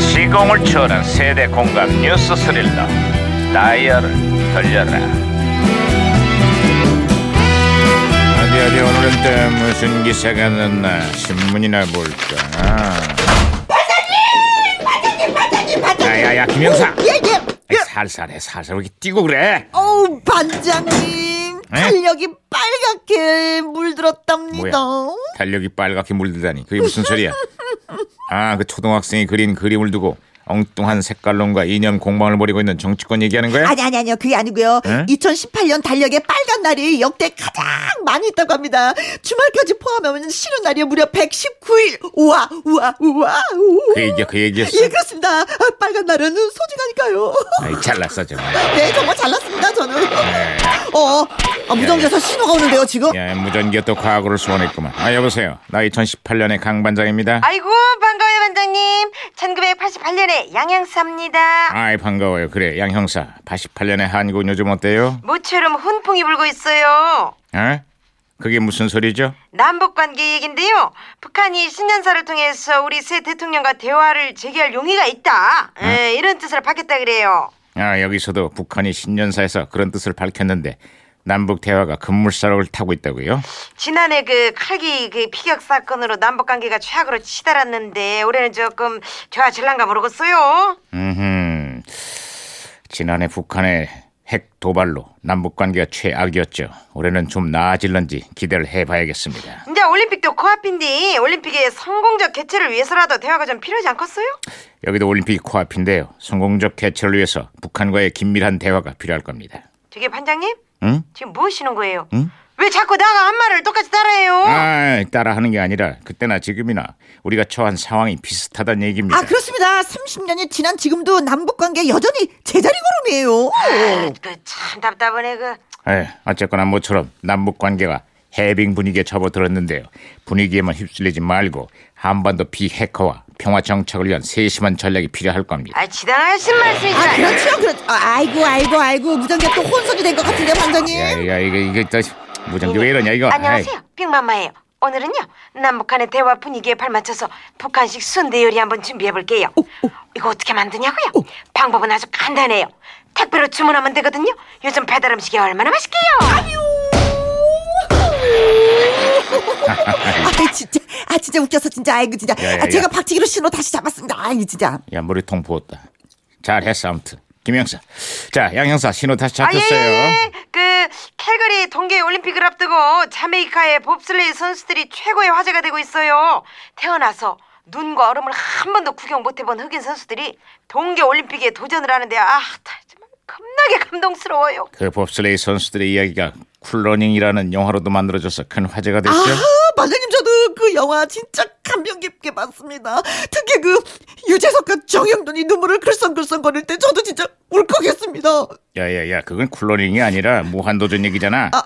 시공을 초월한 세대 공감 뉴스 스릴러 다이얼을 돌려라 어디 어디 오늘은 또 무슨 기사가 났나 신문이나 볼까 야야야 김영사 예, 예. 아이, 살살해 살살 왜 이렇게 뛰고 그래 어우, 반장님. 에? 탄력이 빨갛게 물들었답니다. 뭐야? 달력이 빨갛게 물들다니 그게 무슨 소리야 아 그 초등학생이 그린 그림을 두고 엉뚱한 색깔론과 이념 공방을 벌이고 있는 정치권 얘기하는 거야? 아니, 아니, 아니요. 그게 아니고요. 응? 2018년 달력의 빨간 날이 역대 가장 많이 있다고 합니다. 주말까지 포함하면 쉬는 날이 무려 119일. 우와, 우와, 우와, 우와. 그 얘기야 그 얘기였어? 예, 그렇습니다. 아, 빨간 날은 소중하니까요. 아이 잘났어 정말 네, 정말 잘났습니다, 저는. 네. 어, 아, 무전기에서 신호가 오는데요, 지금? 야, 무전기가 또 과거를 소환했구만. 아, 여보세요. 나 2018년의 강반장입니다. 아이고 반가워요 반장님 1988년에 양양사입니다 아이, 반가워요. 그래, 양 형사. 88년의 한국은 요즘 어때요? 모처럼 훈풍이 불고 있어요 어? 그게 무슨 소리죠? 남북관계 얘긴데요 북한이 신년사를 통해서 우리 새 대통령과 대화를 재개할 용의가 있다 에, 이런 뜻을 밝혔다 그래요 아, 여기서도 북한이 신년사에서 그런 뜻을 밝혔는데 남북 대화가 급물살을 타고 있다고요? 지난해 그 칼기 그 피격 사건으로 남북관계가 최악으로 치달았는데 올해는 조금 좋아질란가 모르겠어요 음. 지난해 북한의 핵 도발로 남북 관계가 최악이었죠. 올해는 좀 나아질런지 기대를 해 봐야겠습니다. 이제 올림픽도 코앞인데 올림픽의 성공적 개최를 위해서라도 대화가 좀 필요하지 않겠어요? 여기도 올림픽이 코앞인데요. 성공적 개최를 위해서 북한과의 긴밀한 대화가 필요할 겁니다. 저기 반장님 응? 지금 뭐 하시는 거예요? 왜 자꾸 나가 한 말을 똑같이 따라해요? 아, 따라하는 게 아니라 그때나 지금이나 우리가 처한 상황이 비슷하다는 얘기입니다. 아, 그렇습니다. 30년이 지난 지금도 남북관계 여전히 제자리 걸음이에요. 아, 그참 답답하네 그. 에, 예, 어쨌거나 모처럼 남북 관계가 해빙 분위기에 접어들었는데요. 분위기에만 휩쓸리지 말고 한반도 비핵화와 평화 정착을 위한 세심한 전략이 필요할 겁니다. 아 지당하신 말씀이잖아. 아, 그렇죠, 그렇죠. 아, 아이고, 아이고, 아이고. 무전기가 또 혼선이 된 것 같은데, 반장님. 야, 야, 이거 이거 또 무전기 왜 이러냐 이거. 안녕하세요, 빅마마예요. 오늘은요 남북한의 대화 분위기에 발맞춰서 북한식 순대 요리 한번 준비해 볼게요. 이거 어떻게 만드냐고요? 방법은 아주 간단해요. 택배로 주문하면 되거든요. 요즘 배달 음식이 얼마나 맛있게요. 아, 진짜. 아, 진짜 웃겨서 진짜. 아이고, 진짜. 야, 야, 아, 제가 야. 박치기로 신호 다시 잡았습니다. 아이고, 진짜. 에이, 야, 머리통 부었다. 잘했어 아무튼. 김영사. 자, 양형사 신호 다시 아, 예, 잡혔어요. 예, 예. 그 캘거리 동계 올림픽을 앞두고 자메이카의 봅슬레이 선수들이 최고의 화제가 되고 있어요. 태어나서 눈과 얼음을 한 번도 구경 못 해본 흑인 선수들이 동계 올림픽에 도전을 하는데 아, 다 정말 겁나게 감동스러워요. 그 봅슬레이 선수들의 이야기가 쿨러닝이라는 영화로도 만들어져서 큰 화제가 됐죠. 아, 반장님, 저도 그 영화 진짜 감명 깊게 봤습니다. 특히 그 유재석과 정영돈이 눈물을 글썽글썽 거릴 때 저도 진짜 울컥했습니다. 아, 야야야, 그건 쿨러닝이 아니라 무한도전 얘기잖아. 아,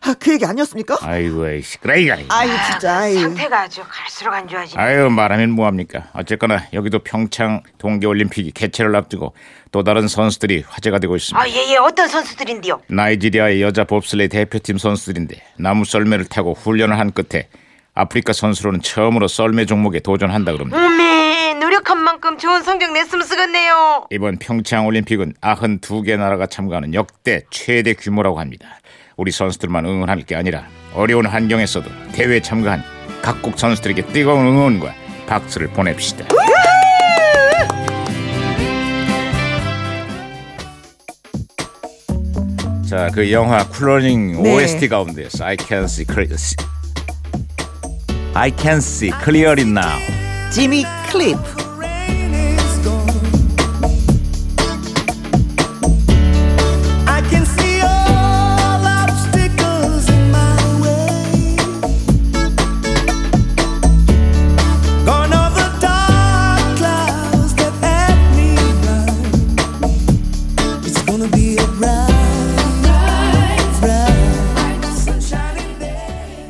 아, 그 얘기 아니었습니까? 아이고, 이 시끄러이가. 아이고, 진짜. 아이고. 상태가 아주 갈수록 안 좋아지네. 아유, 말하면 뭐합니까? 어쨌거나 여기도 평창 동계올림픽이 개최를 앞두고 또 다른 선수들이 화제가 되고 있습니다. 아, 예, 예, 어떤 선수들인데요? 나이지리아의 여자 봅슬레이 대표팀 선수들인데 나무 썰매를 타고 훈련을 한 끝에 아프리카 선수로는 처음으로 썰매 종목에 도전한다 그럽니다. 몸에 노력한 만큼 좋은 성적 냈으면 쓰겠네요. 이번 평창 올림픽은 92개 나라가 참가하는 역대 최대 규모라고 합니다. 우리 선수들만 응원할 게 아니라 어려운 환경에서도 대회에 참가한 각국 선수들에게 뜨거운 응원과 박수를 보냅시다. 자, 그 영화 쿨러닝 네. OST 가운데서 I can see clear I can see clearly now. 지미 클립. I can see all obstacles in my way. Gone are the dark clouds that at me blind. It's gonna be a bright, bright, shining day.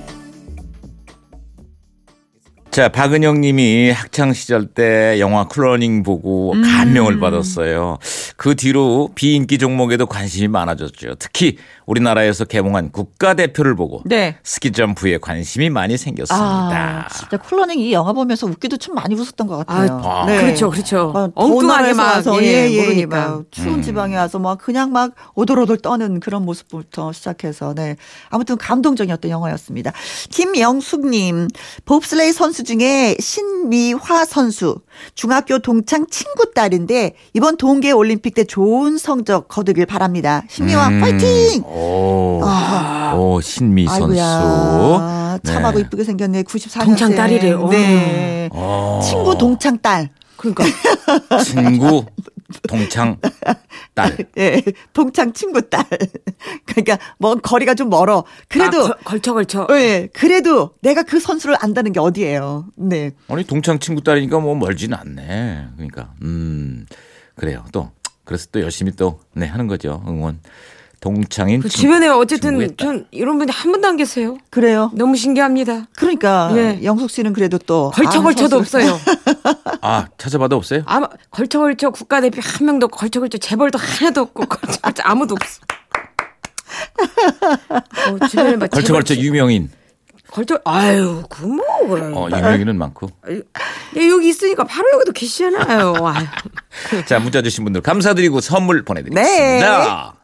자, 박은영 님이 학창 시절 때 영화 클러닝 보고 음. 감명을 받았어요. 그 뒤로 비인기 종목에도 관심이 많아졌죠. 특히 우리나라에서 개봉한 국가대표를 보고 네. 스키 점프에 관심이 많이 생겼습니다. 아, 진짜 콜러닝 이 영화 보면서 웃기도 참 많이 웃었던 것 같아요. 아, 네. 그렇죠, 그렇죠. 아, 엉뚱하게 도난에서 막 와서, 예, 모르니까. 막 추운 지방에 와서 막 그냥 막 오돌오돌 떠는 그런 모습부터 시작해서 네 아무튼 감동적이었던 영화였습니다. 김영숙님 봅슬레이 선수 중에 신미화 선수 중학교 동창 친구 딸인데 이번 동계 올림픽 때 좋은 성적 거두길 바랍니다. 신미화 음. 파이팅! 오, 아, 오 어, 신미 선수. 아이고야 네. 참하고 이쁘게 생겼네 94년생 동창 딸이래요. 네. 어, 친구 동창 딸. 그러니까 친구 동창 딸. 예, 동창 친구 딸. 그러니까 먼 거리가 좀 멀어. 그래도 아, 걸- 걸쳐 걸쳐. 예, 그래도 내가 그 선수를 안다는 게 어디예요. 네. 아니 동창 친구 딸이니까 뭐 멀진 않네. 그러니까 음 그래요. 또 그래서 또 열심히 또 네 하는 거죠 응원. 동창인 그 친- 주변에 어쨌든 친구의 딸. 전 이런 분이 한 분도 안 계세요. 그래요. 너무 신기합니다. 그러니까 예. 영숙 씨는 그래도 또 걸쳐 아는 걸쳐도 선수를- 없어요. 아 찾아봐도 없어요? 아마 걸쳐 걸쳐 국가대표 한 명도 없고 걸쳐 걸쳐 재벌도 하나도 없고 걸쳐 걸쳐 아무도 없어. 어, 주변에 막 걸쳐 재벌- 걸쳐 유명인. 걸쳐 아유 그뭐 그래. 음. 어 유명인은 많고. 야, 여기 있으니까 바로 여기도 계시잖아요. 아유. 네. 네. 자 문자 주신 분들 감사드리고 선물 보내드리겠습니다.